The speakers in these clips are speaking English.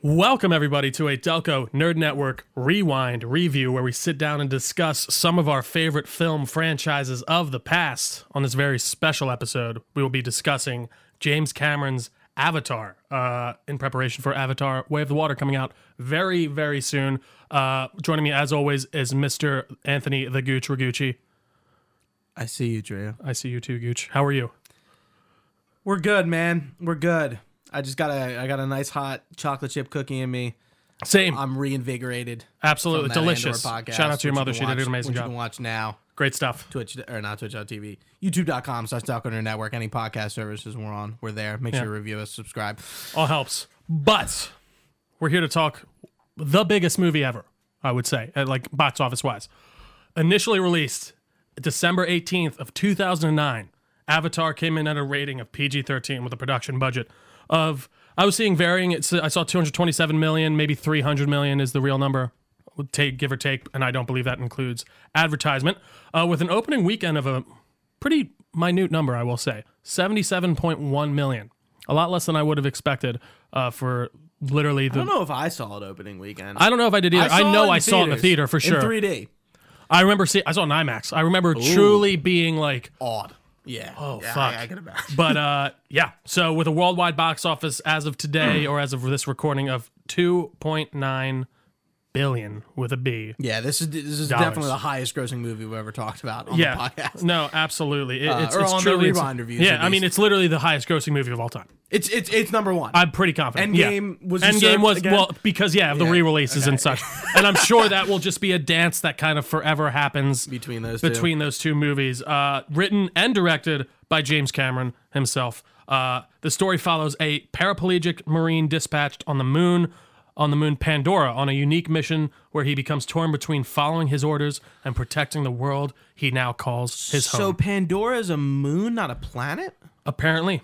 Welcome, everybody, to a Delco Nerd Network Rewind review where we sit down and discuss some of our favorite film franchises of the past. On this very special episode, we will be discussing James Cameron's Avatar uh, in preparation for Avatar Way of the Water coming out very, very soon. Uh, joining me, as always, is Mr. Anthony the Gooch Ragucci. I see you, Drew. I see you too, Gooch. How are you? We're good, man. We're good. I just got a I got a nice hot chocolate chip cookie in me. Same. I'm reinvigorated. from Absolutely that delicious. Andor podcast, Shout out to your which mother. you can She did watch- an amazing which You can job. watch now. Great stuff. Twitch or not Twitch on TV. YouTube.com slash Documentary Network. Any podcast services we're on, we're there. Make sure you review us, subscribe. all helps. But we're here to talk the biggest movie ever, I would say, uh, like box office wise. Initially released December 18th of 2009, Avatar came in at a rating of PG-13 with a production budget of I was seeing varying it's I saw 227 million, maybe 300 million is the real number. Take give or take, and I don't believe that includes advertisement. Uh, with an opening weekend of a pretty minute number, I will say. 77.1 million. A lot less than I would have expected uh, for literally the. I don't know if I saw it opening weekend. I don't know if I did either. I, saw know in I saw it in the theaters, theater for in sure. 3D. I remember see I saw it in IMAX. I remember truly being like, Odd. Yeah. Oh fuck. I, I can imagine. but uh, yeah. So with a worldwide box office as of today Mm. or as of this recording of 2.9 billion with a B. Yeah, this is this is Dollars. definitely the highest grossing movie we've ever talked about on Yeah. the podcast. Uh, No, absolutely. It, it's or it's on the truly it's- Rewind reviews, Yeah, at I mean least. it's literally the highest grossing movie of all time. It's it's it's number one. I'm pretty confident. Endgame yeah. was Endgame usurped was again? well because yeah of the Yeah, re-releases and such, and I'm sure that will just be a dance that kind of forever happens between those two. between those two movies. Uh, written and directed by James Cameron himself. Uh, the story follows a paraplegic marine dispatched on the moon, on the moon Pandora, on a unique mission where he becomes torn between following his orders and protecting the world he now calls his So home. Pandora is a moon, not a planet. Apparently,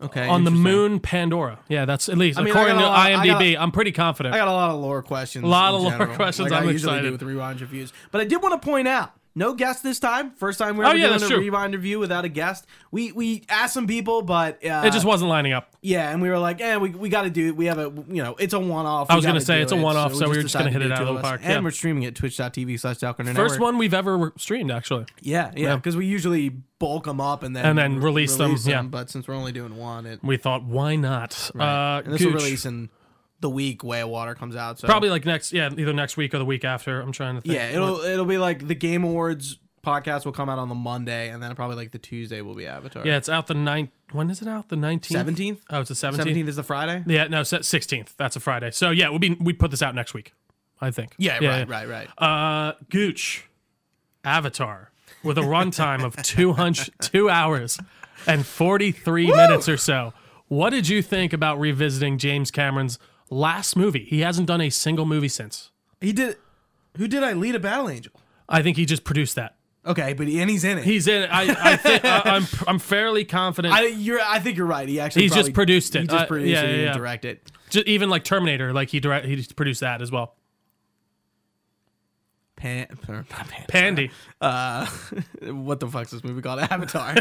Okay. on the interesting. moon Pandora. Yeah, that's at least mean, I according to got a lot- I IMDb. I'm pretty confident. I got a lot of lore questions. A Lot of lore questions, Like I'm I usually excited. do with rewind reviews, but I did want to point out. No guest this time. First time we're Oh, yeah, doing that's a true. rewind review without a guest. We we asked some people, but uh, it just wasn't lining up. yeah, and we were like, eh, we, we got to do. We have a you know, it's a one off. I was gonna say, it's a one-off, so we were just gonna hit it out of the park, And yeah. we're streaming it twitch.tv slash First First one we've ever streamed, actually. Yeah, yeah, because we usually bulk them up and then And then re- release them, yeah. But since we're only doing one, it We thought, why not? Uh, and this will Gooch. release in the week Way of Water comes out. So Probably like next, yeah, either next week or the week after. I'm trying to think. yeah, it'll it'll be like the Game Awards podcast will come out on the Monday, and then probably like the Tuesday will be Avatar. yeah, it's out the ninth. When is it out? The nineteenth, seventeenth. Oh, it's the seventeenth. Seventeenth is the Friday. Yeah, no, sixteenth. That's a Friday. So yeah, we'll be we put this out next week, I think. right, right, right. Uh, Gooch, Avatar, with a runtime of two hundred two hours and forty three minutes or so. What did you think about revisiting James Cameron's last movie? He hasn't done a single movie since. he did. Who did I lead a Battle Angel? I think he just produced that. Okay, but he, and he's in it. He's in. I, I think I, I'm. I'm fairly confident. I, you're, I think you're right. He actually He's just probably- produced it. He Uh, just produced yeah, it. yeah, He yeah. didn't direct it. Ju- even like Terminator, like he direct, he produced that as well. Pan, or not Pan, Pandy. uh, what the fuck's this movie called? Avatar.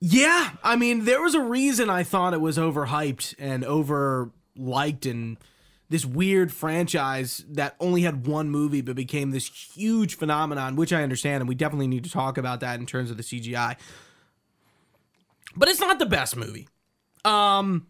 yeah, I mean, there was a reason I thought it was overhyped and over liked and this weird franchise that only had one movie but became this huge phenomenon, which I understand, and we definitely need to talk about that in terms of the CGI. But it's not the best movie. Um,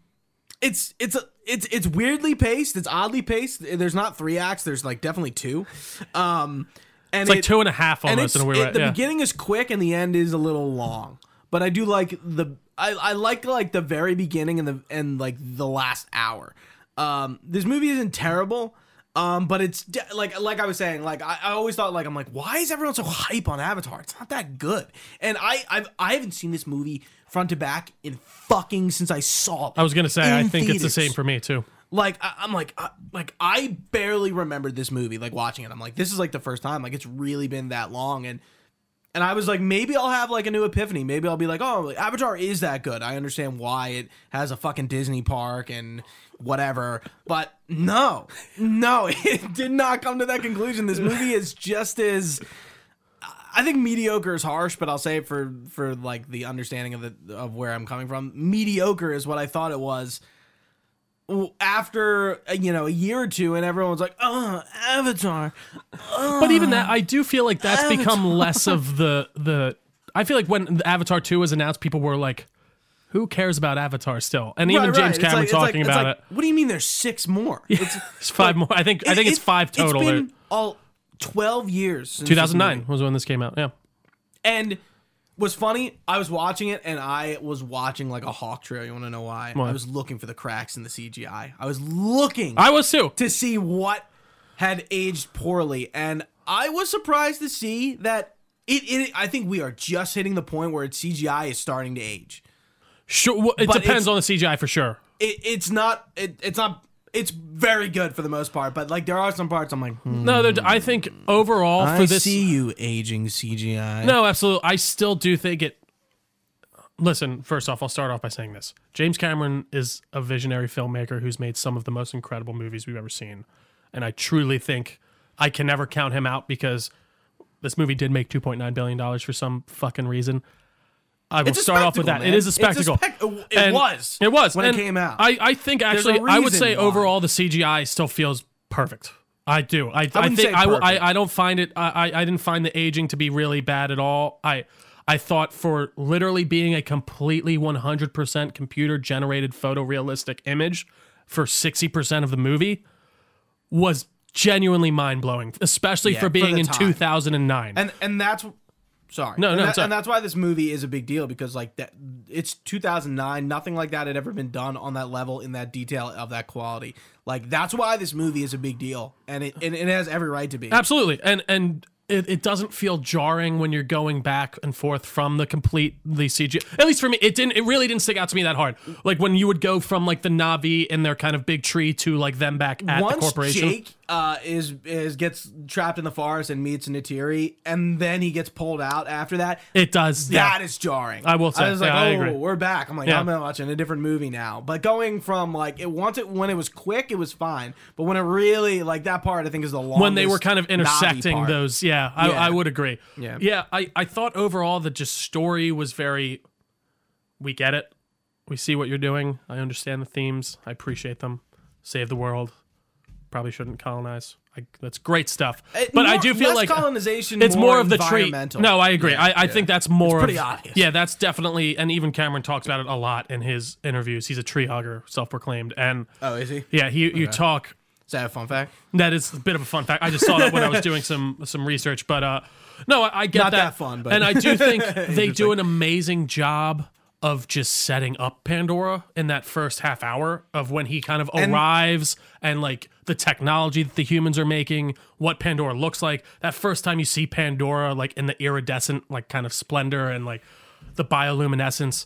it's it's a it's it's weirdly paced. It's oddly paced. There's not three acts. There's like definitely two. Um, and It's like it- two and a half and almost it's- in a weird it- way. the yeah. beginning is quick and the end is a little long. But I do like the I, I like like the very beginning and the and like the last hour. Um, this movie isn't terrible. Um, but it's de- like like I was saying, like I, I always thought, like I'm like, why is everyone so hype on Avatar? It's not that good. And I I've, I haven't seen this movie front to back in fucking since I saw it. I was gonna say, I in think it's the theaters. same for me too. Like I, I'm like I, like I barely remembered this movie. Like watching it, I'm like, this is like the first time. Like it's really been that long, and and I was like, maybe I'll have like a new epiphany. Maybe I'll be like, oh, like, Avatar is that good. I understand why it has a fucking Disney park and whatever. But no, no, it did not come to that conclusion. This movie is just as. I think mediocre is harsh, but I'll say it for for like the understanding of the of where I'm coming from. Mediocre is what I thought it was w- after uh, you know a year or two, and everyone's like, "Oh, Avatar." But even that, I do feel like Oh, that's become less of the the. I feel like when Avatar Two was announced, people were like, "Who cares about Avatar still?" And even Right, right. James It's Cameron like- it's like- talking it's about like, it. What do you mean? There's six more. It's, It's five more. I think I think it- it's five total. It's been all twelve years. since this 2009 was when this came out. Yeah. And what's funny, I was watching it and I was watching like a hawk trail. You want to know why? I was looking for the cracks in the CGI. I was looking I was too. to see what had aged poorly, and I was surprised to see that it. it I think we are just hitting the point where its CGI is starting to age. Sure, well, it But depends it's- on the CGI for sure. It, it's not. It, it's not. It's very good for the most part, but like there are some parts I'm like, hmm. No, there- I think overall for I this, see you aging CGI. no, absolutely. I still do think it. Listen, first off, I'll start off by saying this: James Cameron is a visionary filmmaker who's made some of the most incredible movies we've ever seen, and I truly think I can never count him out because this movie did make 2.9 billion dollars for some fucking reason. I will It's a start off with that. spectacle, It man. is a It's a spectacle. spec- it was It was when it and came out. I, I think a actually, I would reason say why. overall the CGI still feels perfect. I do. I, I, wouldn't think say I, w- perfect. I I don't find it. I, I I didn't find the aging to be really bad at all. I I thought for literally being a completely 100% computer generated photorealistic image for 60% of the movie was genuinely mind blowing, especially for for being the in time. 2009. and and that's sorry No, and no, that- it's all right. and that's why this movie is a big deal because like that it's 2009 nothing like that had ever been done on that level in that detail of that quality like that's why this movie is a big deal and it and it has every right to be Absolutely, and and it, it doesn't feel jarring when you're going back and forth from the complete the CG. At least for me, it didn't. It really didn't stick out to me that hard. Like when you would go from like the Navi and their kind of big tree to like them back at the once corporation. Jake uh, is is gets trapped in the forest and meets Natiri, and then he gets pulled out after that. it does. Yeah. That is jarring. I will say, I was like, yeah, I oh, agree. we're back. I'm like, Yeah. I'm watching a different movie now. But going from like it once it when it was quick, it was fine. But when it really like that part, I think is the longest. when they were kind of knobby intersecting part. those. Yeah, I, Yeah. I would agree. Yeah. yeah. I I thought overall the just story was very. We get it. We see what you're doing. I understand the themes. I appreciate them. Save the world. Probably shouldn't colonize. I, that's great stuff. It- but I Uh, more- do feel less like uh, colonization. it's more, of the tree. environmental. No, I agree. I, I think that's more pretty of- obvious. Yeah, that's definitely, and even Cameron talks about it a lot in his interviews. He's a tree hugger, self-proclaimed, and Oh, is he? yeah, he you talk Is that a fun fact? that is a bit of a fun fact. I just saw that when I was doing some some research, but uh, no, I, I get Not that fun, but- and I do think they do an amazing job of just setting up Pandora in that first half hour of when he kind of arrives and like the technology that the humans are making, what Pandora looks like. That first time you see Pandora, like in the iridescent, like kind of splendor and like the bioluminescence,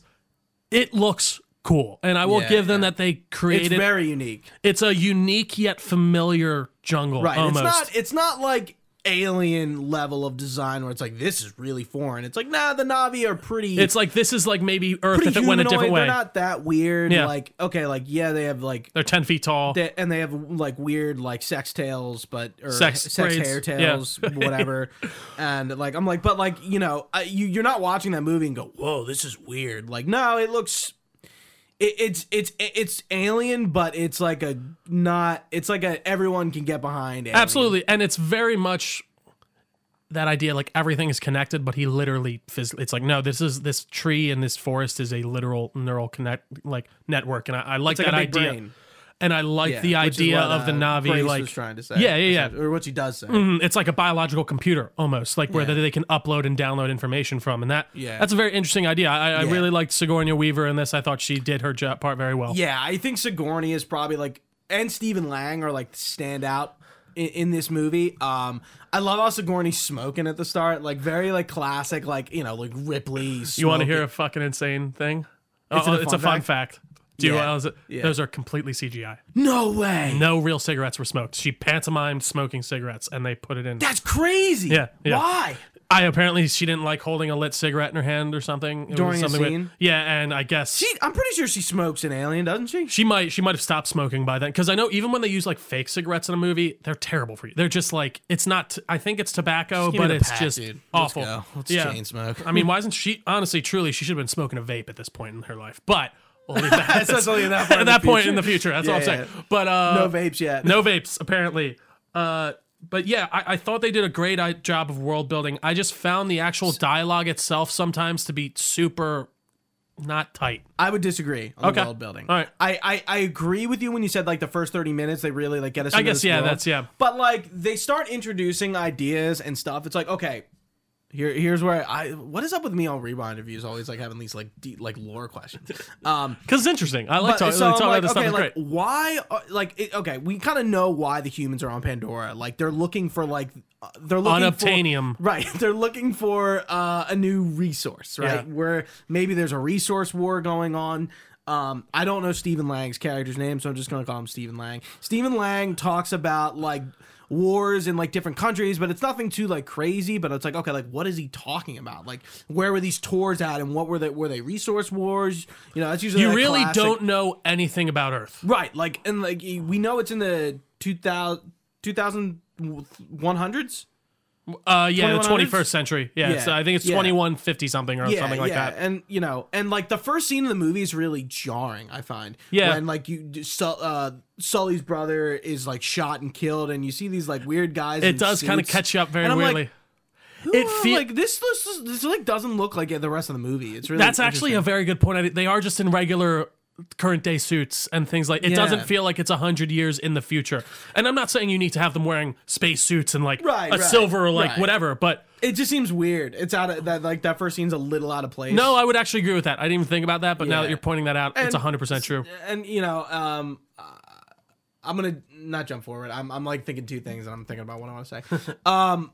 it looks cool. And I will Yeah, give them yeah. that they It's created very unique. it's a unique yet familiar jungle. Right. Almost. It's not. It's not like alien level of design where it's like this is really foreign. It's like nah, the Navi are pretty. It's like this is like maybe Earth pretty if it went a different humanoid. way. They're not that weird. Yeah. Like okay, like yeah, they have like They're ten feet tall. They, and they have like weird like sex tails, but or Sex sex, sex braids, hair yeah. tails, whatever. And like I'm like, but like you know, I, you you're not watching that movie and go, whoa, this is weird. Like no, it looks. It, it's it's it's alien, but it's like a not. It's like a everyone can get behind. Alien. Absolutely, and it's very much that idea like everything is connected, but he literally physically. It's like no, this is this tree and this forest is a literal neural connect like network, and I, I like like that a big idea. brain. And I like Yeah, the which is idea what, of the uh, Navi, Brace like was trying to say, yeah, yeah, yeah. or what she does say. Mm, it's like a biological computer almost, like where they, they can upload and download information from, and that Yeah. that's a very interesting idea. I, I Yeah. really liked Sigourney Weaver in this. I thought she did her job part very well. Yeah, I think Sigourney is probably like, and Stephen Lang are like stand out in, in this movie. Um, I love how Sigourney's smoking at the start, like very like classic, like you know, like Ripley. You want to hear a fucking insane thing? Is it Oh, a it's fun a fun fact. Do you Yeah. realize it- Yeah. those are completely CGI? No way. No real cigarettes were smoked. She pantomimed smoking cigarettes, and they put it in. That's crazy. Yeah, yeah. Why? I apparently she didn't like holding a lit cigarette in her hand or something It was During a something with- scene? yeah, and I guess She, I'm pretty sure she smokes an alien, doesn't she? she might she might have stopped smoking by then because I know even when they use like fake cigarettes in a movie, they're terrible for you. They're just like it's not. t- I think it's tobacco, but it's just awful. Let's, yeah. chain smoke. I mean, why isn't she honestly, truly, she should have been smoking a vape at this point in her life. But We'll leave that. That's us only at that point At in that the point future. in the future. That's Yeah, all I'm saying. yeah. But uh, No vapes yet. no vapes apparently uh but yeah I, I thought they did a great uh, job of world building i just found the actual dialogue itself sometimes to be super not tight I would disagree on Okay. the world building. All right. I, I I agree with you when you said like the first thirty minutes they really like get us. I into guess, this yeah, world. that's- yeah. But like they start introducing ideas and stuff. It's like okay, here here's where I what is up with me on rewind reviews always like having these like deep, like lore questions. Um, because it's interesting i like but- talking so like, I'm talking like, about this okay, stuff like it's great why? Are, like it, okay, we kind of know why the humans are on Pandora. Like they're looking for like uh, they're looking Unobtainium. For, right, they're looking for uh, a new resource. Right, Yeah. where maybe there's a resource war going on. Um, I don't know Stephen Lang's character's name, so I'm just gonna call him Stephen Lang. Stephen Lang talks about like wars in like different countries, but it's nothing too like crazy. But it's like okay, like what is he talking about? Like where were these tours at, and what were they? Were they resource wars? You know, that's usually you that really classic- don't know anything about earth Right, like and like we know it's in the 2000 2100s. uh yeah the 2100s? 21st century yeah, it's- Yeah, i think it's yeah. 2150 something or something like that And you know, and like the first scene of the movie is really jarring, I find. Yeah. When like you Sul- uh Sully's brother is like shot and killed and you see these like weird guys it does kind of catch you up very And I'm like, weirdly It it feels feel- like this, this this this like doesn't look like the rest of the movie. It's really that's actually a very good point I did- they are just in regular current day suits and things like it doesn't Yeah. feel like it's 100 years in the future and i'm not saying you need to have them wearing space suits and like Right, a right, silver or like right. whatever but interesting. it just seems weird. It's out of that like that first scene's a little out of place. no i would actually agree with that i didn't even think about that but now that Yeah. you're pointing that out it's And- 100% true and you know, um, uh, I'm gonna not jump forward. I'm, I'm like thinking two things, and I'm thinking about what I want to say. um,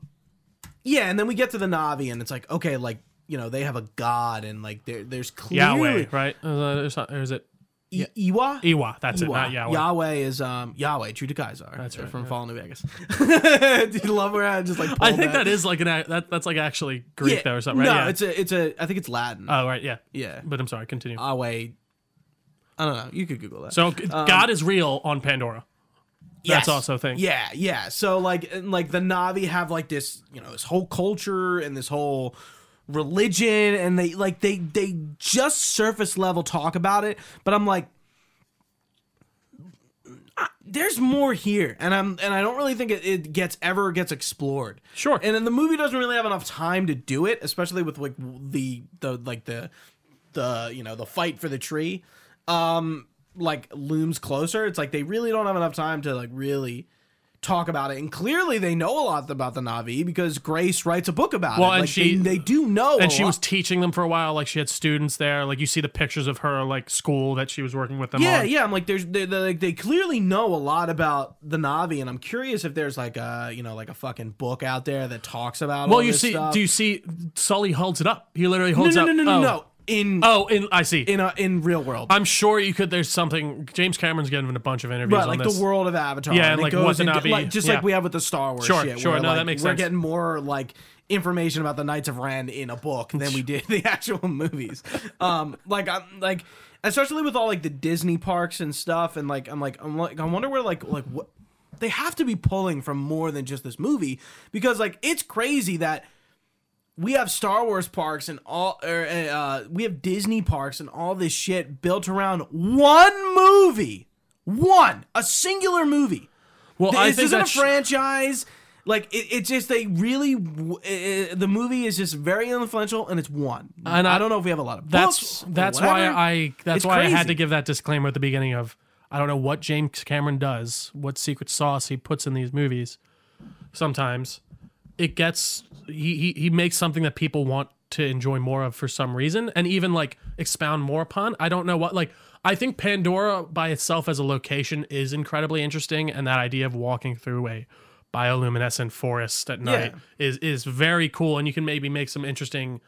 yeah, and then we get to the Navi, and it's like, okay, like you know, they have a god, and like there, there's yahweh clearly right Uh, there's not- or is it I- Iwa. iwa that's it Iwa. not yahweh is um Yahweh, true to Kaiser. That's right, From yeah. Fallen New Vegas. Do you love where I just like i think that is like an a- that, that's like actually greek though or something right No, yeah it's a it's a I think it's Latin. oh right yeah yeah. but i'm sorry continue Yahweh. I don't know. You could Google that. so g- god is real on pandora That's Yes. also a thing. Yeah, yeah. So like and, like the Navi have like this, you know, this whole culture and this whole religion and they like they they just surface level talk about it, but I'm like I- there's more here and I'm and I don't really think it, it gets ever gets explored. Sure. And then the movie doesn't really have enough time to do it, especially with like the the like the the you know, the fight for the tree like looms closer it's like they really don't have enough time to like really talk about it and clearly they know a lot about the navi because grace writes a book about Well, it and like she- they, they do know and she was teaching them for a while like she had students there like you see the pictures of her like school that she was working with them yeah on yeah i'm like there's they, they, like, they clearly know a lot about the navi and i'm curious if there's like a you know like a fucking book out there that talks about all well you this see stuff. do you see sully holds it up he literally no holds no up no no no, oh. no. in oh in i see in a, in real world i'm sure you could there's something james cameron's given a bunch of interviews Right, on like this the world of Avatar. Yeah, and and it like goes what the into- Na'vi- like, just yeah. like we have with the Star Wars. Sure, shit, sure, where, no, that like, makes We're sense. getting more like information about the Knights of Ren in a book than we did the actual movies. Um, like I'm like, especially with all like the Disney parks and stuff, and like I'm like I'm like I wonder where like like what they have to be pulling from more than just this movie because like it's crazy that we have Star Wars parks and all, er, uh, we have Disney parks and all this shit built around one movie, one a singular movie. well i this think isn't a that's franchise. Like it, it's just they really w- uh, the movie is just very influential and it's one. And I- I, don't know if we have a lot of that's books or that's why whatever. i that's It's why i had crazy. to give that disclaimer at the beginning of i don't know what james cameron does what secret sauce he puts in these movies sometimes it gets he he, he makes something that people want to enjoy more of for some reason and even like expound more upon i don't know what like i think pandora by itself as a location is incredibly interesting and that idea of walking through a bioluminescent forest at night is is very cool and you can maybe make some interesting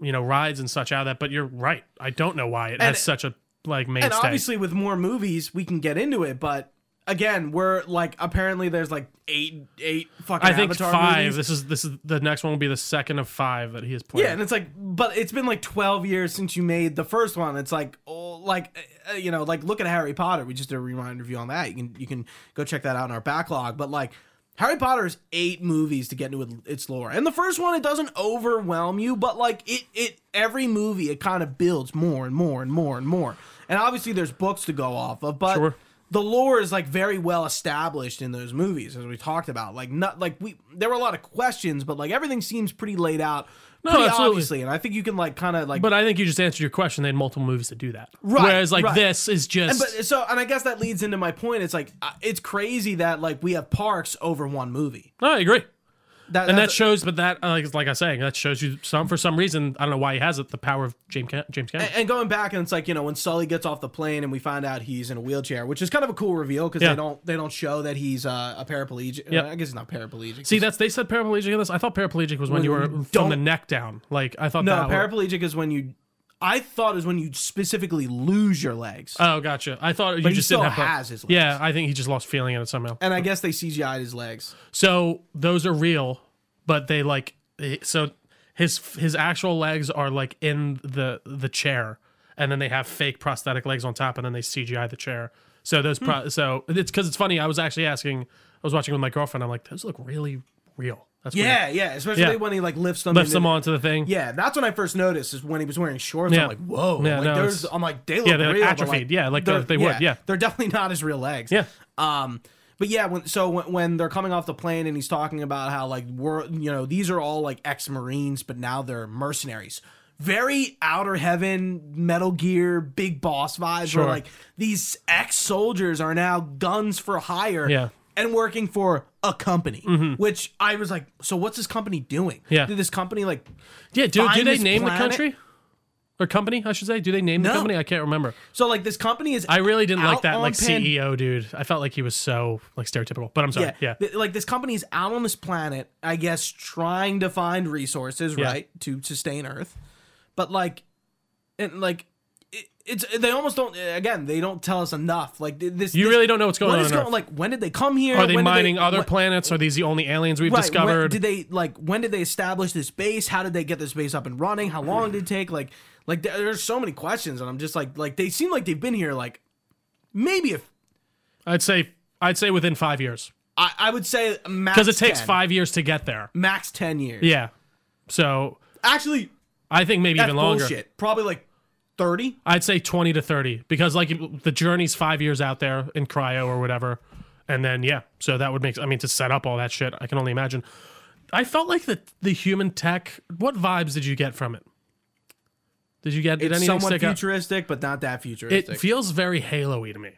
you know rides and such out of that but you're right i don't know why it has such a like mainstay and obviously with more movies we can get into it, but again we're like apparently there's like eight eight fucking i think Avatar five movies. this is this is the next one will be the second of five that he has played Yeah, and it's like, but it's been like twelve years since you made the first one. It's like, oh, like uh, you know, like look at Harry Potter. We just did a rewind review on that. You can you can go check that out in our backlog. But like, Harry Potter is eight movies to get into it- its lore, and the first one it doesn't overwhelm you, but like it it every movie it kind of builds more and more and more and more. And obviously, there's books to go off of, but Sure. the lore is like very well established in those movies, as we talked about. Like, not like we there were a lot of questions, but like everything seems pretty laid out, pretty absolutely. obviously. And I think you can like kind of like, But I think you just answered your question. They had multiple movies to do that. Right, Whereas like right. this is just but so, and I guess that leads into my point. It's like uh, it's crazy that like we have parks over one movie. No, I agree. That, And that that's- shows, but that uh, like, like I was saying, that shows you some for some reason. I don't know why he has it. The power of James Cam- James Cameron. and going back and it's like you know when Sully gets off the plane and we find out he's in a wheelchair, which is kind of a cool reveal because Yeah. they don't they don't show that he's uh, a paraplegic. Yep. I guess he's not paraplegic. See, that's they said paraplegic in this. I thought paraplegic was when you were from the Mm, don't- neck down. Like I thought no, that. was- paraplegic is when you. I thought is when you specifically lose your legs, oh, gotcha. I thought you he just still didn't have. has his legs. Yeah, I think he just lost feeling in it somehow. and I guess they CGI'd his legs. So those are real, but they like eh, so his his actual legs are like in the the chair, and then they have fake prosthetic legs on top, and then they CGI the chair. So those Hmm. pro- so it's because it's funny. I was actually asking, I was watching with my girlfriend. I'm like, those look really real. That's weird. Yeah, yeah, especially Yeah. when he like lifts them. Lifts into- them onto the thing. Yeah, that's when I first noticed is when he was wearing shorts. Yeah. I'm like, whoa, Yeah, like no, there's, it's- I'm like they look they're, like, real, but, atrophied. Yeah, like they're- they would, yeah. they're definitely not his real legs. Yeah. Um, but yeah, when so when, when they're coming off the plane and he's talking about how like we're you know these are all like ex Marines, but now they're mercenaries. Very outer heaven, Metal Gear, big boss vibes. Sure. Where like these ex soldiers are now guns for hire. Yeah. Mm-hmm. And working for a company, which I was like, so what's this company doing? Yeah. Did this company like Yeah, do, do Find they this name planet? the country? Or company, I should say. Do they name the No. company? I can't remember. So like this company is I really didn't like out that on like Pan- CEO dude. I felt like he was so like stereotypical. But I'm sorry. Yeah, Yeah. Th- like this company is out on this planet, I guess, trying to find resources, right, to sustain Earth. But like, and like, it, it's they almost don't. Again, they don't tell us enough. Like th- this, You this- really don't know what's going what on is on going- Earth. Like, when did they come here? Are they When did mining other what- planets? Are these the only aliens we've Right, when- discovered? did they like? When did they establish this base? How did they get this base up and running? How long did it take? Like, like there- there's so many questions, and I'm just like, like they seem like they've been here like maybe if I'd say I'd say within five years I, I would say max because it takes 10. five years to get there. max 10 years. Yeah. So Actually, I think maybe that's even longer. bullshit. Probably like 30. I'd say twenty to thirty because like the journey's five years out there in cryo or whatever, and then yeah. So that would make. I mean, to set up all that shit, I can only imagine. I felt like the the human tech. What vibes did you get from it? Did you get did It's anything somewhat stick out? futuristic, but not that It futuristic. feels very Halo-y to me.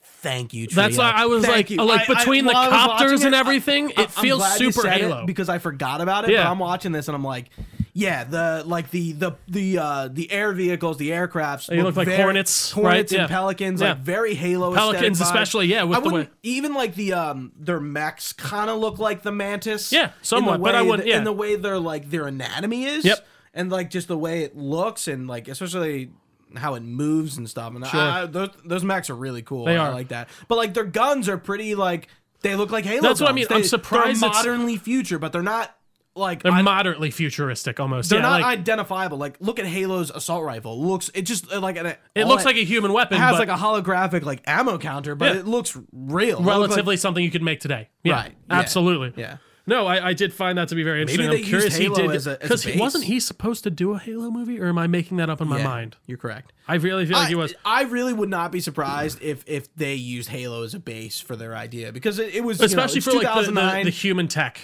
Thank you. Trio. That's why I was Thank like, you. like I- I- between while I the was watching copters and it, I- everything, it I'm feels glad you super said it Halo. because I forgot about it. But Yeah. I'm watching this and I'm like, yeah, the like the the the uh, the air vehicles, the aircrafts. They look like hornets, right? hornets and Yeah. pelicans, like Yeah. very Halo. Pelicans aesthetic vibe. especially, yeah, with I the way- wouldn't- even like the um their mechs kind of look like the mantis. Yeah, in the somewhat, but way I wouldn't- that- yeah. in the way their like their anatomy is. Yep. and like just the way it looks and like especially. How it moves and stuff, and I- Sure. I, those, those mechs are really cool. They I are. like that, but like their guns are pretty like they look like Halo. That's what I guns. mean. They, I'm they're surprised it's- modernly future, but they're not like They're I- moderately futuristic almost. they're yeah, not like, identifiable. Like look at Halo's assault rifle. Looks it just uh, like an, it all looks like a human weapon. it has but like a holographic like ammo counter, but Yeah. it looks real. It looks relatively something you could make today. Yeah, Right, yeah, Absolutely. yeah. No, I, I did find that to be very interesting. they I'm used curious Halo he did as a- as a he- base. wasn't he supposed to do a Halo movie, or am I making that up in my like, yeah, mind? You're correct. I really feel like he was. I really would not be surprised if if they used Halo as a base for their idea because it, it was Especially you know, it's for like the, the, 2009 the human tech.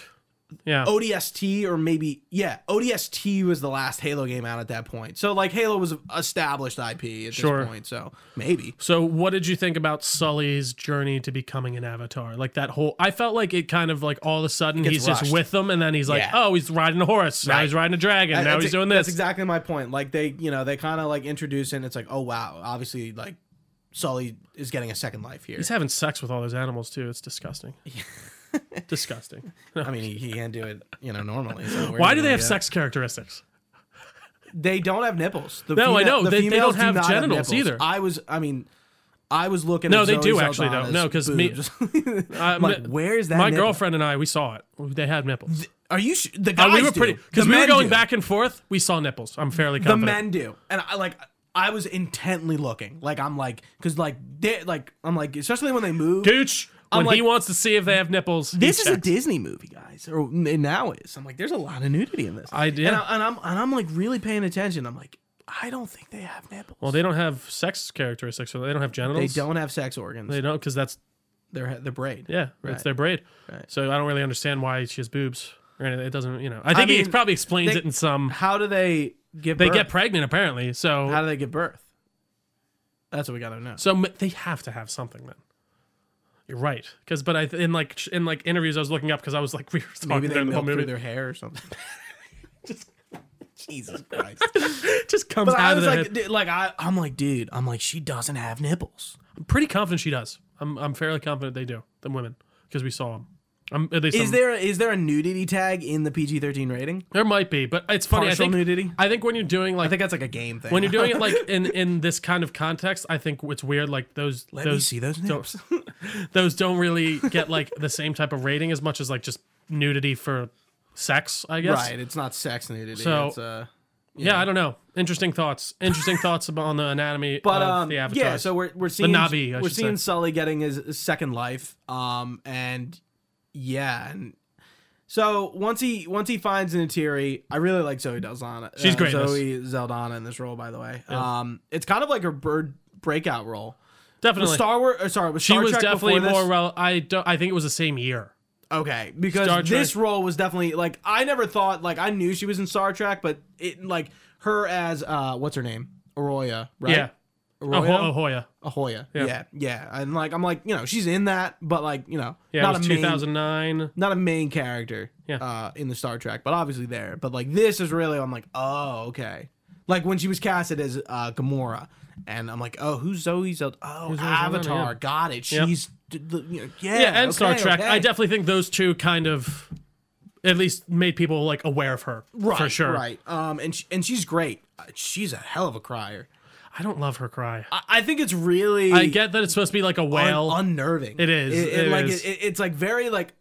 Yeah. Oh. ODST or maybe yeah, ODST was the last Halo game out at that point. So like Halo was established IP at Sure. this point. So maybe So, what did you think about Sully's journey to becoming an avatar? Like that whole, I felt like it kind of like all of a sudden gets he's just rushed. with them, and then he's like, Yeah. oh, he's riding a horse, now Right. he's riding a dragon, now That's he's e- doing this. That's exactly my point. Like they, you know, they kind of like introduce it and it's like, oh wow, obviously like Sully is getting a second life here. he's having sex with all those animals too. It's disgusting. disgusting. I mean, he, he can't do it, you know, normally. so we're Why gonna do they have go- sex characteristics? They don't have nipples. The No, I female- know. the They- they don't females do have not genitals nipples. either. I was, I mean, I was looking. No, at they Zoe do actually, though. Saldana's No, 'cause me- boobs. I'm like, where is that? My nipple? girlfriend and I, we saw it. They had nipples. Are you sh- the Uh, guys? we were do. pretty because The we were men going do. back and forth. We saw nipples. I'm fairly The confident. men do, and I like. I was intently looking, like I'm like, because like they like I'm like, especially when they move. Gooch, when I'm he like- wants to see if they have nipples, he this is a checks. Disney movie, guys, or it now is. I'm like, there's a lot of nudity in this. I- yeah. and, I, and I'm and I'm like really paying attention. I'm like, I don't think they have nipples. Well, they don't have sex characteristics, so they don't have they genitals. don't have sex organs. They don't because that's They're the braid. yeah, it's Right. their braid. Right. So I don't really understand why she has boobs. Or it doesn't, you know. I think he mean, probably explains they- it in some. How do they get? They birth? get pregnant apparently, so How do they get birth? That's what we gotta know. So m- they have to have something then. You're right, because but I th- in like sh- in like interviews I was looking up because I was like we were talking Maybe they during the whole milk movie. through their hair or something. Just- Jesus Christ. It just comes But out I of was the like, dude, like I, I'm like, dude, I'm like, she doesn't have nipples. I'm pretty confident she does. I'm I'm fairly confident they do. The women because we saw them. I'm, at least Is I'm- there is there a nudity tag in the PG-13 rating? there might be, but it's funny. I Partial think nudity? I think when you're doing like I think that's like a game thing. when you're doing it like in in this kind of context, I think it's weird. Like those let me those see those don't- nips. those don't really get like the same type of rating as much as like just nudity for sex. I guess Right, it's not sex nudity. So- it's, uh, Yeah, I don't know. Interesting thoughts. Interesting thoughts about on the anatomy but of um, the avatars. yeah. So we're we're seeing Nabi, I we're should seeing say. Sully getting his second life. Um, and yeah, and so once he once he finds Natiri, I really like Zoe Delzana. She's great in this. Zoe Zeldana in this role, by the way. Um, it's kind of like her bird breakout role. With definitely, Star Wars, or sorry, with she Star was Trek before definitely this- more. Rel- I don't. I think it was the same year. Okay, because Star Trek- this role was definitely like I never thought like I knew she was in Star Trek, but it like her as uh what's her name Arroya, right? Yeah. Oh, Arroyo? Ho- Ahoya. Ahoya. Yeah. Yeah. yeah, And like I'm like you know she's in that, but like you know Yeah, not it was a main 2009. not a main character Yeah. uh, in the Star Trek, but obviously there. But like this is really I'm like oh okay, like when she was casted as uh, Gamora, and I'm like oh who's Zoe Zeld? Oh Zoe Saldana, Avatar, yeah. got it. Yep. She's d- the- you know, yeah, Yeah, and Star okay, Trek. I okay. definitely think those two kind of, at least, made people like aware of her Right, for sure. Right. Um, and sh and she's great. Uh, She's a hell of a crier. I don't love her cry. I, I think it's really I get that it's supposed to be like a un- whale. unnerving. It is, it like is. It, it's like very like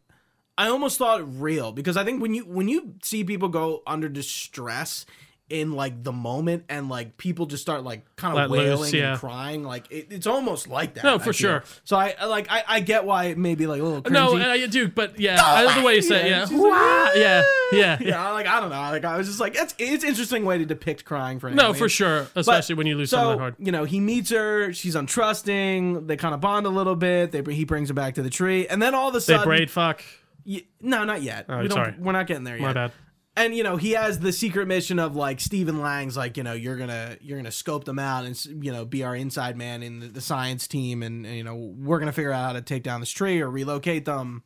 I almost thought real because I think when you when you see people go under distress in like the moment and like people just start like kind Let of loose, wailing yeah. and crying like it, it's almost like that No, I for feel. sure. so I I, like I, I get why it may be like a little cringy. no, and I do, but yeah, I love the way you say it. Yeah, Yeah. she's like, "Ah!" Wah! yeah, yeah, yeah. yeah, like I don't know. Like I was just like, that's it's an interesting way to depict crying for an No, alien. for sure, especially when you lose someone So hard. you know, he meets her. She's untrusting. They kind of bond a little bit. They he brings her back to the tree, and then all of a They sudden, braid fuck. y- no, not yet. we don't, sorry. we're not getting there yet. My bad. And you know, he has the secret mission of like Stephen Lang's, like you know, you're gonna you're gonna scope them out and s- you know be our inside man in the, the science team, and, and you know we're gonna figure out how to take down this tree or relocate them.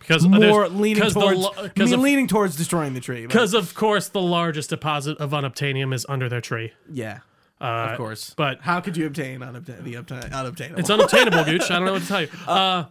Because More Uh, there's- leaning 'cause the towards, lo- I 'cause mean, of- leaning towards destroying the tree. But, Because of course the largest deposit of unobtainium is under their tree. yeah, Uh, of course. but How could you obtain unobtain- the obtain- unobtainable? it's unobtainable, Gooch. I don't know what to tell you. Uh,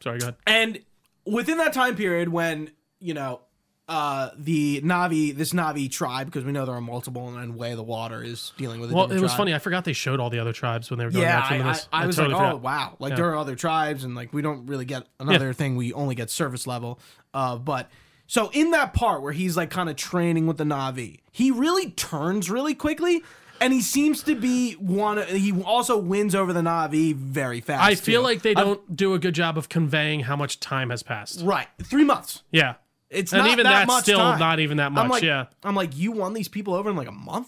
sorry, go ahead. and within that time period, when you know uh the Navi, this Navi tribe, because we know there are multiple, and then Way of the Water is dealing with. A Well, it different was tribe. funny. I forgot they showed all the other tribes when they were going Yeah, back I, to I, this. I was totally like, oh forgot. wow, like there are other tribes, and like we don't really get another thing. We only get service level. Uh, but so in that part where he's like kind of training with the Navi, he really turns really quickly. And he seems to be one. He also wins over the Navi very fast. I feel too. like they don't do a good job of conveying how much time has passed. right three months. Yeah, It's and not even that that's much still time. not even that much. I'm like, yeah, I'm like, you won these people over in like a month.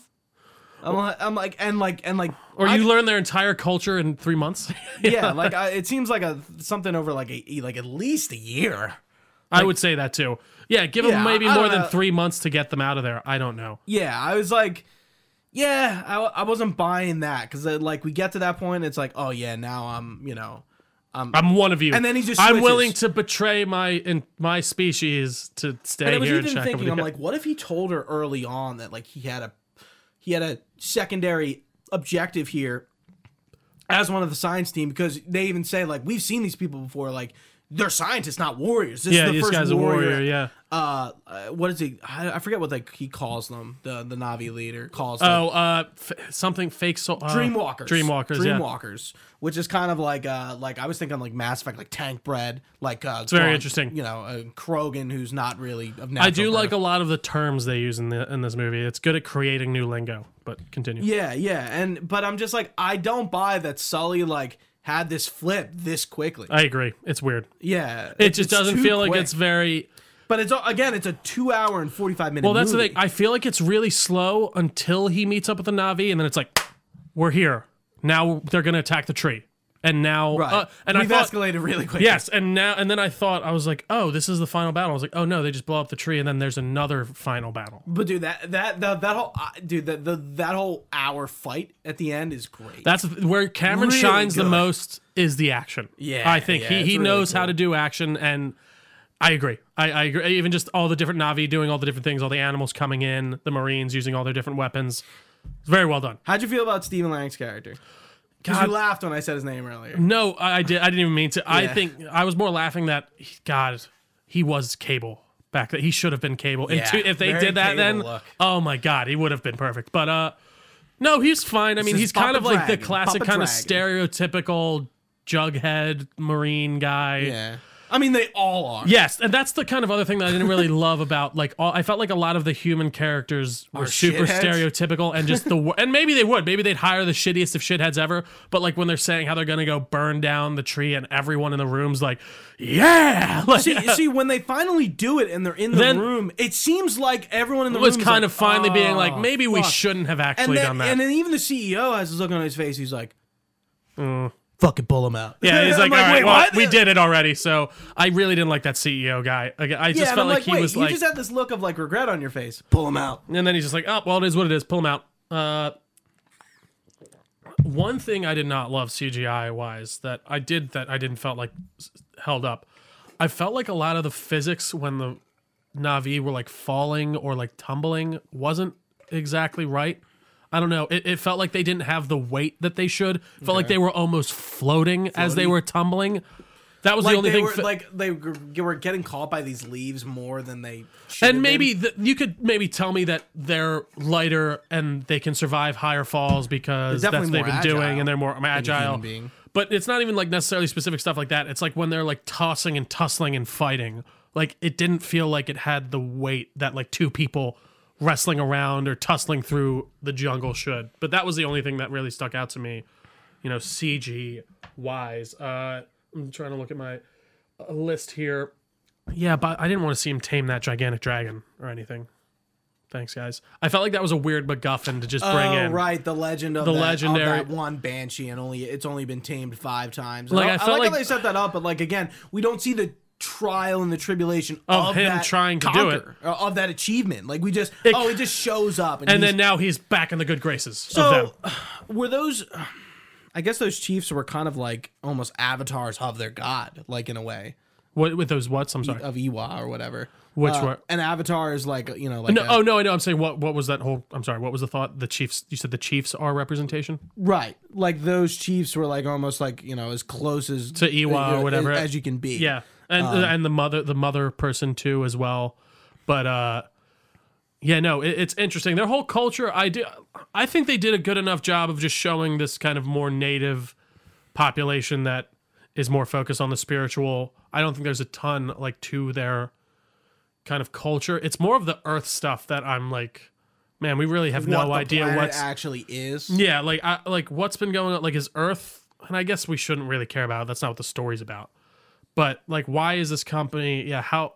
I'm like, I'm like and like, and like, or I- you learn their entire culture in three months. yeah, like I, it seems like a something over like a e, like at least a year. I would say that too. Yeah, give them Yeah, maybe I more don't than know. three months to get them out of there. I don't know. Yeah, I was like, yeah, I, I wasn't buying that because like we get to that point, it's like, oh yeah, now I'm you know, I'm one of you. Um, And then he just I'm switches. willing to betray my in my species to stay and I was here and even check over thinking, the I'm like, what if he told her early on that like he had a he had a secondary objective here as one of the science team because they even say like we've seen these people before like. They're scientists, not warriors. This yeah, is the this first guy's a warrior. warrior. Yeah. uh, uh, what is he? I, I forget what like he calls them. The the Navi leader calls them Oh, uh, f- something fake. So uh, Dreamwalkers. Dreamwalkers. yeah. Dreamwalkers, which is kind of like uh like I was thinking like Mass Effect, like Tank Bread, like uh, it's very interesting. You know, uh, Krogan, who's not really of natural I do like birth. a lot of the terms they use in the in this movie. It's good at creating new lingo. But continue. Yeah, yeah, and but I'm just like I don't buy that Sully like had this flip this quickly. Uh, I agree. It's weird. yeah, It just doesn't feel like it's very. But it's again, it's a two hour and forty five minute. Well, that's the movie. thing. I feel like it's really slow until he meets up with the Navi, and then it's like, we're here. Now they're gonna attack the tree, and now, Right. uh, and We've I thought, escalated really quick. yes, and now, and then I thought I was like, oh, this is the final battle. I was like, oh no, they just blow up the tree, and then there's another final battle. But dude, that that that, that whole uh, dude that the, that whole hour fight at the end is great. That's where Cameron Really shines the good. most is the action. Yeah, I think yeah, he it's he really knows how cool. to do action, and I agree. I, I agree. Even just all the different Navi doing all the different things, all the animals coming in, the Marines using all their different weapons. It's very well done. How'd you feel about Stephen Lang's character? Because you laughed when I said his name earlier. No, I, I did. I didn't even mean to. I Yeah. think I was more laughing that God, he was Cable back then. He should have been Cable. And Yeah, two, if they very did that, Cable then look. oh my God, he would have been perfect. But uh, no, he's fine. I mean, is he's kind Papa of like the Dragon, classic Papa kind of Dragon. stereotypical Jughead Marine guy. Yeah, I mean they all are. Yes, and that's the kind of other thing that I didn't really love about like all, I felt like a lot of the human characters were Are super shitheads? stereotypical and just the wor- and maybe they would maybe they'd hire the shittiest of shitheads ever, but like when they're saying how they're gonna go burn down the tree and everyone in the room's like, yeah, like, See, see, when they finally do it and they're in the Then- room, it seems like everyone in the it was room is kind like, of finally being like "Oh, maybe we fuck." shouldn't have and actually then, done that. and then even the CEO has this look on his face. He's like, "Fucking pull him out." Mm. yeah, he's I'm like, all right, "Wait, well, what?" we did it already, so I really didn't like that CEO guy. I, I just Yeah, and felt I'm like, like, he wait, was you like, just had this look of like regret on your face. Pull him out. And then he's just like, oh, well, it is what it is. Pull him out. Uh, one thing I did not love CGI wise that I did that I didn't felt like s- held up. I felt like a lot of the physics when the Navi were like falling or like tumbling wasn't exactly right. I don't know. It, it felt like they didn't have the weight that they should. Felt like they were almost floating as they Floaty. were tumbling. That was Like the only they thing. were fi- like they g- were getting caught by these leaves more than they. should and have maybe been. th- you could maybe tell me that they're lighter and they can survive higher falls because They're that's what definitely they've been more doing agile and they're more agile. human being. But it's not even like necessarily specific stuff like that. It's like when they're like tossing and tussling and fighting. Like it didn't feel like it had the weight that like two people wrestling around or tussling through the jungle should. But that was the only thing that really stuck out to me, you know, CG wise. Uh, I'm trying to look at my uh, list here. Yeah, but I didn't want to see him tame that gigantic dragon or anything. Thanks, guys. I felt like that was a weird MacGuffin to just bring Oh in. right, the legend of The that, legendary- of that one banshee, and only it's only been tamed five times. Like, Like I I, felt like, like- how they set that up, but like again, we don't see the trial and the tribulation Of of, him that trying to do it. conquer, or of that achievement. Like we just oh, it just shows up, and, And he's- then now he's back in the good graces of them. so were those. I guess those chiefs were kind of like almost avatars of their god, like in a way What with those what's? I'm sorry. of Iwa or whatever. Uh, Which were- an avatar is like you know like No, a- oh no, I know. I'm saying what? What was that whole? I'm sorry. What was the thought? The Chiefs. You said the Chiefs are representation. Right. Like those Chiefs were like almost like, you know, as close as To Iwa or whatever. as, you can be. Yeah, and Um, and the mother, the mother person too as well. But uh, yeah, no, it, it's interesting. Their whole culture. I do. I think they did a good enough job of just showing this kind of more native population that is more focused on the spiritual. I don't think there's a ton like to their kind of culture. It's more of the earth stuff that I'm like, man, we really have What no the idea planet what's actually is. Yeah, like I, like what's been going on? Like is Earth, and I guess we shouldn't really care about it. That's not what the story's about. But like, why is this company? Yeah, how?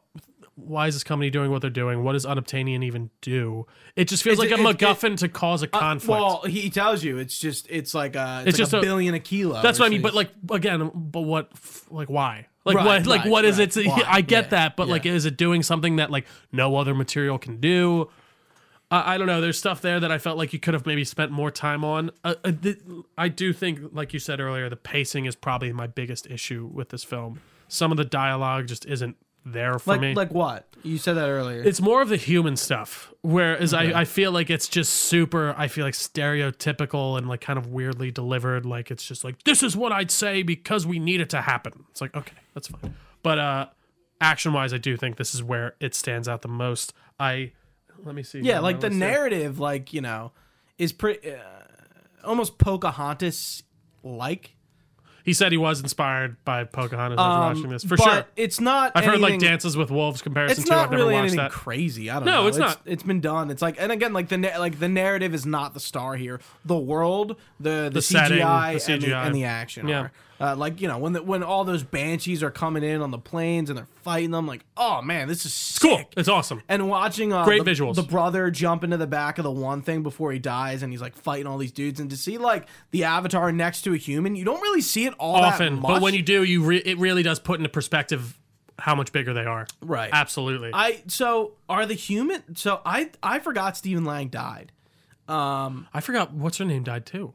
Why is this company doing what they're doing? What does Unobtainian even do? It Uh, just feels It's- like a it's- it's- MacGuffin to cause a conflict. Well, he tells you it's just it's like a It's it's, just just a, a- billion a kilo. That's or what I mean. But something. like again, but what? f- Like why? Like Right, what? Like right, what is right. it? to- Why? I get Yeah, that, but like, is it doing something that like no other material can do? I, I don't know. There's stuff there that I felt like you could have maybe spent more time on. Uh, uh, th- I do think, like you said earlier, the pacing is probably my biggest issue with this film. Some of the dialogue just isn't there for like me. like what? You said that earlier. It's more of the human stuff, whereas I, I feel like it's just super. I feel like stereotypical and like kind of weirdly delivered. Like it's just like this is what I'd say because we need it to happen. It's like okay, that's fine. But uh, action wise, I do think this is where it stands out the most. I let me see. yeah, here, like the let's see. narrative like, you know, is pretty uh, almost Pocahontas like. He said he was inspired by Pocahontas Um, after watching this for but sure. It's not I've heard like anything- Dances with Wolves comparison it's too. not I've never really watched anything that. crazy. I don't No, know. it's not. It's been done. It's like, and again, like the na- like the narrative is not the star here. The world, the the, setting, CGI, the And, the, CGI. and the action. Yeah. Are. Uh, like you know when the, when all those banshees are coming in on the planes and they're fighting them. Like, oh man, this is sick. Cool. It's awesome. And watching uh, Great the, visuals. the brother jump into the back of the one thing before he dies, and he's like fighting all these dudes, and to see like the avatar next to a human, you don't really see it all Often, that much. but when you do, you re- it really does put into perspective how much bigger they are. Right. Absolutely. I, I so are the human. So I I forgot Stephen Lang died. forgot what's her name died too.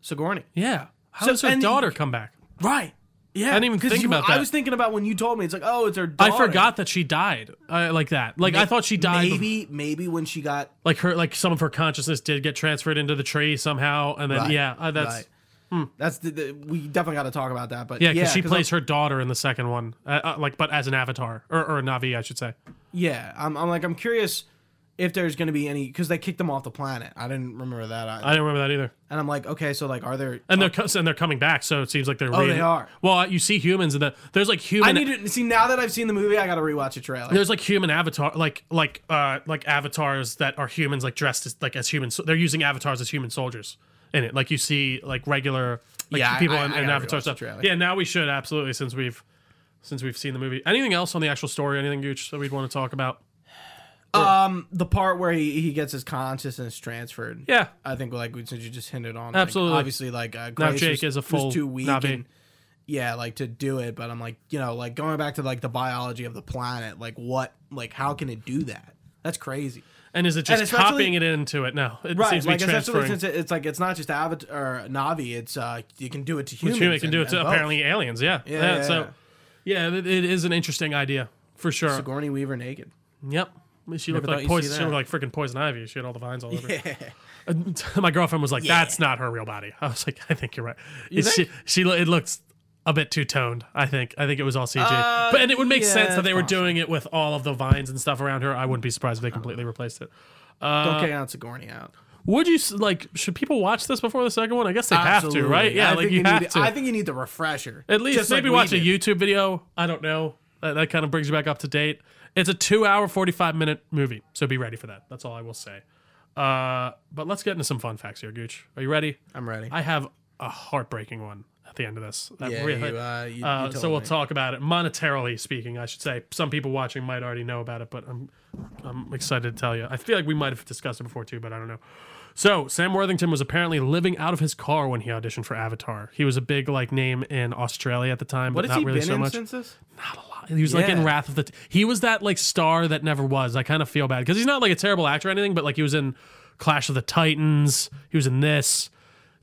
Sigourney. Yeah. How So- does her and- daughter come back? Right. Yeah. I didn't even think about I that. was thinking about when you told me. It's like, oh, it's her. I Daughter. forgot that she died uh, like that. Like I thought she died. bef- Maybe maybe when she got like her, like some of her consciousness did get transferred into the tree somehow, and then Right. yeah, uh, that's Right. That's the, the we definitely got to talk about that. But yeah, yeah, because she 'cause plays her daughter in the second one, uh, uh, like but as an avatar or, or a Navi, I should say. I'm, yeah. I'm, I'm like I'm curious if there's going to be any because they kicked them off the planet. I didn't remember that. I, I didn't remember that either. and I'm like, okay, so like, are there? And they're co- and they're coming back, so it seems like they're. Oh, re- they are. Well, you see humans in the there's like human. I need to see now that I've seen the movie. I got to rewatch the trailer. there's like human avatar, like like uh like avatars that are humans, like dressed as like as humans. So they're using avatars as human soldiers in it. Like you see like regular like Yeah, I- people I- in, I in gotta avatar rewatch the stuff. trailer. Yeah, now we should absolutely since we've since we've seen the movie. Anything else on the actual story? Anything huge that we'd want to talk about? Um, the part where he, he gets his consciousness transferred. Yeah, I think like we since you just hinted on. Absolutely. Like, obviously, like uh, Grace Jake is was- a was full too weak. Na'vi. and- yeah, like to do it, but I'm like, you know, like going back to like the biology of the planet, like what, like how can it do that? That's crazy. and is it And just especially- copying it into it? No, it right seems to be like essentially transferring. since it- it's like it's not just avatar or navi it's uh you can do it to humans Human can and- do it and to both. apparently aliens. Yeah, yeah. yeah, so yeah, it- it is an interesting idea for sure. sigourney weaver naked Yep. I mean, She looked thought like you'd see poison. She that. looked like freaking poison ivy. She had all the vines all over. her. And My girlfriend was like, "That's not her real body." I was like, "I think you're right." It's- she think? she lo- it looks a bit too toned. I think I think it was all CG. but and it would make Uh, yeah, sense that they were possible. doing it with all of the vines and stuff around her. I wouldn't be surprised if they completely replaced it. don't Uh, count sigourney out Would you s- like? Should people watch this before the second one? I guess they have to, right? Absolutely. Yeah, I like think you have need, to. i think you need the refresher At least just like maybe we watch a did. YouTube video. I don't know. That, that kind of brings you back up to date. It's a two hour, 45 minute movie. So be ready for that. That's all I will say. Uh, but let's get into some fun facts here, Gooch. Are you ready? i'm ready I have a heartbreaking one at the end of this. That yeah, really- you, uh, you, you uh, told so we'll me. talk about it monetarily speaking. I should say some people watching might already know about it, but I'm I'm excited to tell you. I feel like we might have discussed it before too, but I don't know. So Sam Worthington was apparently living out of his car when he auditioned for Avatar. He was a big like name in Australia at the time, what but has not he really been so in much. since this He was like in Yeah. Wrath of the. T- he was that like star that never was. I kind of feel bad because he's not like a terrible actor or anything, but like he was in Clash of the Titans. He was in this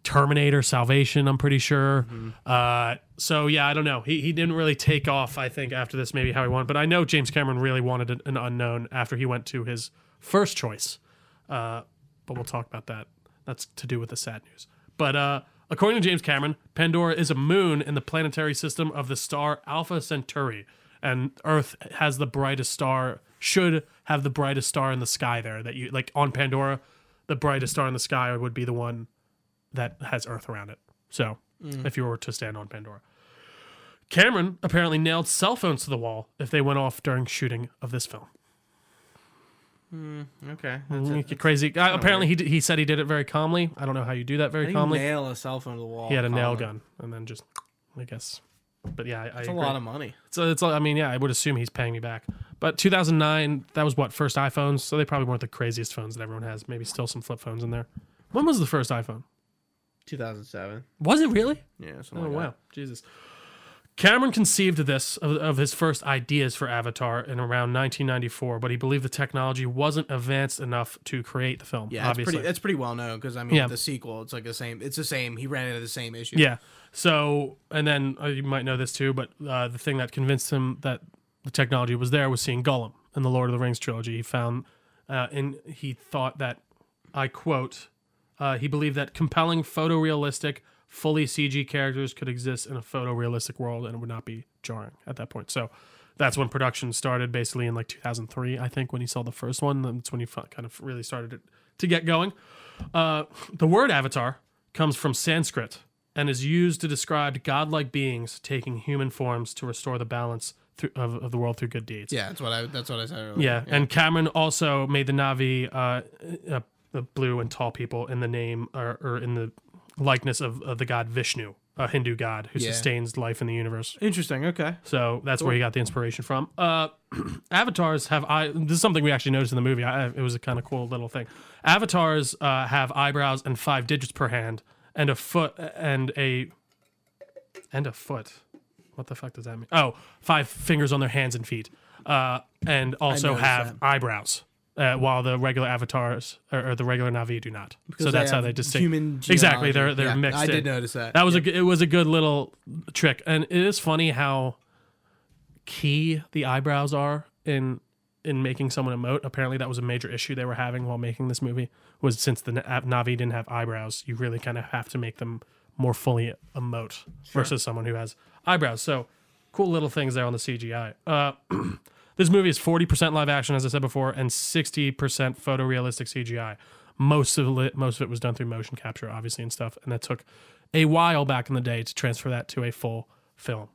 Terminator Salvation. I'm pretty sure. Uh, so yeah, I don't know. He he didn't really take off. I think after this, maybe how he wanted. But I know James Cameron really wanted an- an unknown after he went to his first choice. Uh, but we'll talk about that. That's to do with the sad news. But uh, according to James Cameron, Pandora is a moon in the planetary system of the star Alpha Centauri, and Earth has the brightest star. Should have the brightest star in the sky there. That you like on Pandora, the brightest star in the sky would be the one that has Earth around it. So if you were to stand on Pandora. Cameron apparently nailed cell phones to the wall if they went off during shooting of this film. okay You're crazy. Uh, apparently, he d- he said he did it very calmly. I don't know how you do that very calmly. nail a cell phone to the wall He had a nail calmly. gun, and then just, I guess. But yeah, I, I it's a agree. lot of money So it's. I mean, yeah, I would assume he's paying me back. But 2009, that was what first iPhones, so they probably weren't the craziest phones that everyone has. Maybe still some flip phones in there. When was the first iPhone? 2007 Was it really? yeah something Oh like wow, Jesus. Cameron conceived of this of, of his first ideas for Avatar in around 1994, but he believed the technology wasn't advanced enough to create the film. Yeah, that's obviously. pretty. That's pretty well known because I mean, Yeah. the sequel. It's like the same. It's the same. He ran into the same issue. Yeah. So, and then uh, you might know this too, but uh, the thing that convinced him that the technology was there was seeing Gollum in the Lord of the Rings trilogy. He found, uh, and he thought that, I quote, uh, he believed that compelling, photorealistic, fully CG characters could exist in a photorealistic world and it would not be jarring at that point. So, that's when production started, basically in like 2003, I think, when he saw the first one. That's when he fi- kind of really started it to get going. Uh, the word avatar comes from Sanskrit and is used to describe godlike beings taking human forms to restore the balance through, of, of the world through good deeds. yeah. That's what I. That's what I said earlier. Yeah, and Cameron also made the Navi, uh, uh, the blue and tall people, in the name or, or in the likeness of, of the god Vishnu, a Hindu god who Yeah. sustains life in the universe. Interesting. Okay. So that's where he got the inspiration from. Uh, avatars have eye. This is something we actually noticed in the movie. I, it was a kind of cool little thing. Avatars uh, have eyebrows and five digits per hand, and a foot and a and a foot. What the fuck does that mean? Oh, five fingers on their hands and feet, uh, and also noticed have eyebrows. Uh, while the regular avatars or, or the regular Navi do not, so that's how have they distinct. human exactly, they're genealogy. they're Yeah, mixed. I in. did notice that. That was a g- it was a good little trick, and it is funny how key the eyebrows are in in making someone emote. Apparently, that was a major issue they were having while making this movie. Was since the Na- Navi didn't have eyebrows, you really kind of have to make them more fully emote versus someone who has eyebrows. So, cool little things there on the CGI. Uh, this movie is forty percent live action, as I said before, and sixty percent photorealistic CGI. Most of it, most of it was done through motion capture, obviously, and stuff, and that took a while back in the day to transfer that to a full film.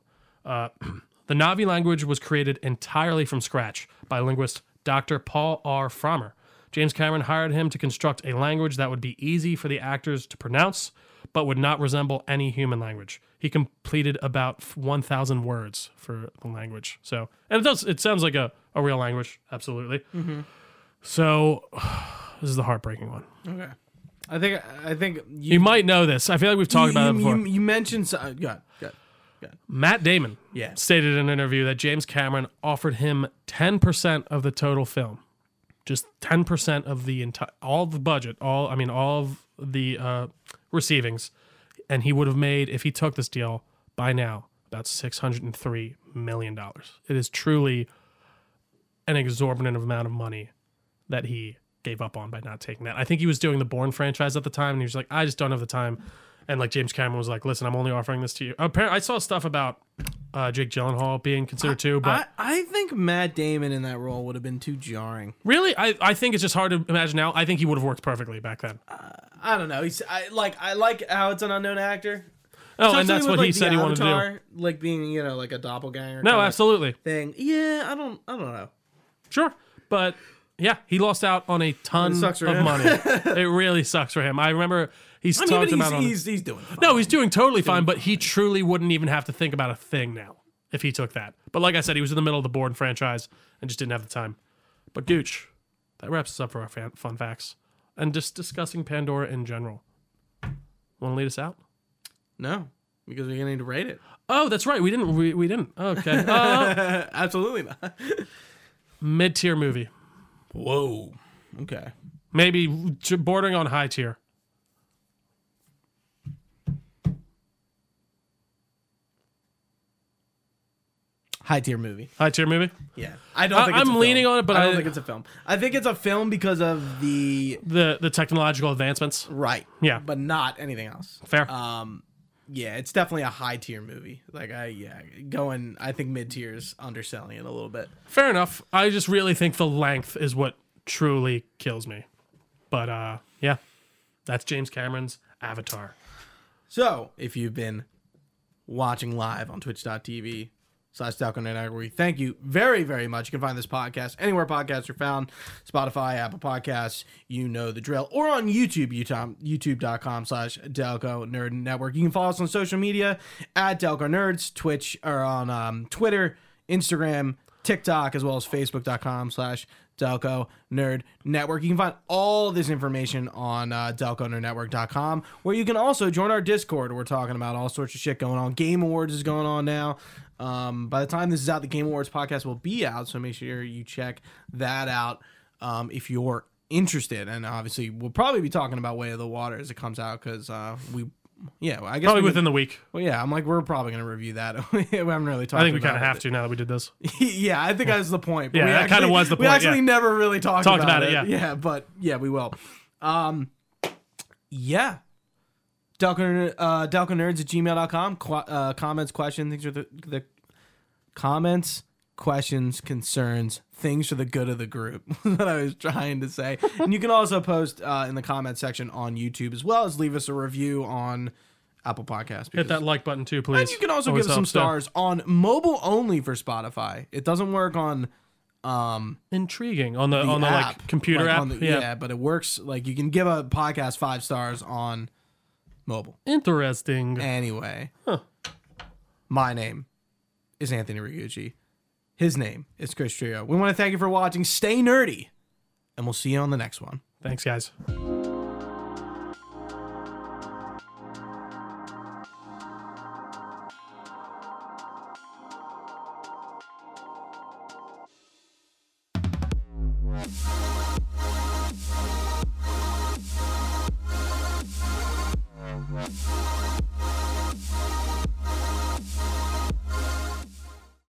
The Navi language was created entirely from scratch by linguist Dr. Paul R. Frommer. James Cameron hired him to construct a language that would be easy for the actors to pronounce, but would not resemble any human language. He completed about 1,000 words for the language. So, and it does, it sounds like a, a real language, absolutely. So, this is the heartbreaking one. Okay. I think I think you, You might know this. I feel like we've talked about it you, before. you, you mentioned so, uh, God, God. Matt Damon Yeah. stated in an interview that James Cameron offered him 10% of the total film. Just 10% of the entire all the budget, all I mean all of the uh receivings and he would have made if he took this deal by now about 603 million dollars. It is truly an exorbitant amount of money that he gave up on by not taking that. I think he was doing the Bourne franchise at the time, and he was like, I just don't have the time. And like James Cameron was like, listen, I'm only offering this to you. Apparently, I saw stuff about uh, Jake Gyllenhaal being considered too, but I, I think Matt Damon in that role would have been too jarring. really, I, I think it's just hard to imagine now. I think he would have worked perfectly back then. I don't know. He's I like I like how it's an unknown actor. Oh, So and that's something what with, he like, said the he wanted to do. Avatar, like being you know like a doppelganger. No, kinda absolutely. thing. Yeah, I don't I don't know. Sure. But yeah, he lost out on a ton It of sucks for him. money. it really sucks for him. I remember he's I mean, talked but he's, about on he's, he's doing fine. No, he's doing totally fine, but he truly wouldn't even have to think about a thing now if he took that. But like I said, he was in the middle of the Bourne franchise and just didn't have the time. But Gooch, that wraps us up for our fan, fun facts and just discussing Pandora in general. Want to lead us out? no, because we're gonna need to rate it. Oh, that's right. We didn't. We, we didn't. Okay. Uh, Absolutely not. Mid tier movie, Whoa. Okay. maybe j- bordering on high tier. High tier movie. High tier movie. Yeah, I don't. I- think it's I'm a leaning film. on it, but I don't I- think it's a film. I think it's a film because of the The the technological advancements. right. Yeah. but not anything else. Fair. Um, yeah, it's definitely a high tier movie. Like I, yeah, going. I think mid tier is underselling it a little bit. Fair enough. I just really think the length is what truly kills me. But uh yeah. That's James Cameron's Avatar. So if you've been watching live on Twitch.tv. Slash Falcon Night Hour, we Thank you very, very much. You can find this podcast anywhere podcasts are found Spotify, Apple Podcasts, you know the drill, or on YouTube, YouTube youtube.com slash Delco Nerd Network. You can follow us on social media at Delco Nerds, Twitch, or on um, Twitter, Instagram, TikTok, as well as Facebook.com slash Delco Nerd Network. You can find all this information on uh, DelcoNerdNetwork.com, where you can also join our Discord. We're talking about all sorts of shit going on. Game Awards is going on now. Um, by the time this is out, the Game Awards podcast will be out, so make sure you check that out um, if you're interested. And obviously, we'll probably be talking about Way of the Water as it comes out because uh, we, yeah, I guess Probably we within the week. Well, yeah, I'm like we're probably gonna review that. we haven't really talked. I think we kind of have to now that we did this. yeah, I think that's the point. but Yeah, we that kinda actually- was the We point, actually yeah. never really talked, Talked about it, yeah. yeah, but yeah, we will. Um, yeah. Delco, uh, DelcoNerds at gmail.com. Qu- uh, comments, questions, things are the, the comments, questions, concerns, things for the good of the group. That's what I was trying to say. and you can also post uh, in the comment section on YouTube as well as leave us a review on Apple Podcasts. Hit that like button too, please. And you can also Always give us some helps, yeah. stars on mobile only for Spotify. It doesn't work on um Intriguing on the, on the app, like computer like, app. on the- yeah. but it works like you can give a podcast five stars on Mobile. Interesting. Anyway, my name is Anthony Rigucci. His name is Chris Trio. We want to thank you for watching. Stay nerdy, and we'll see you on the next one. Thanks, guys.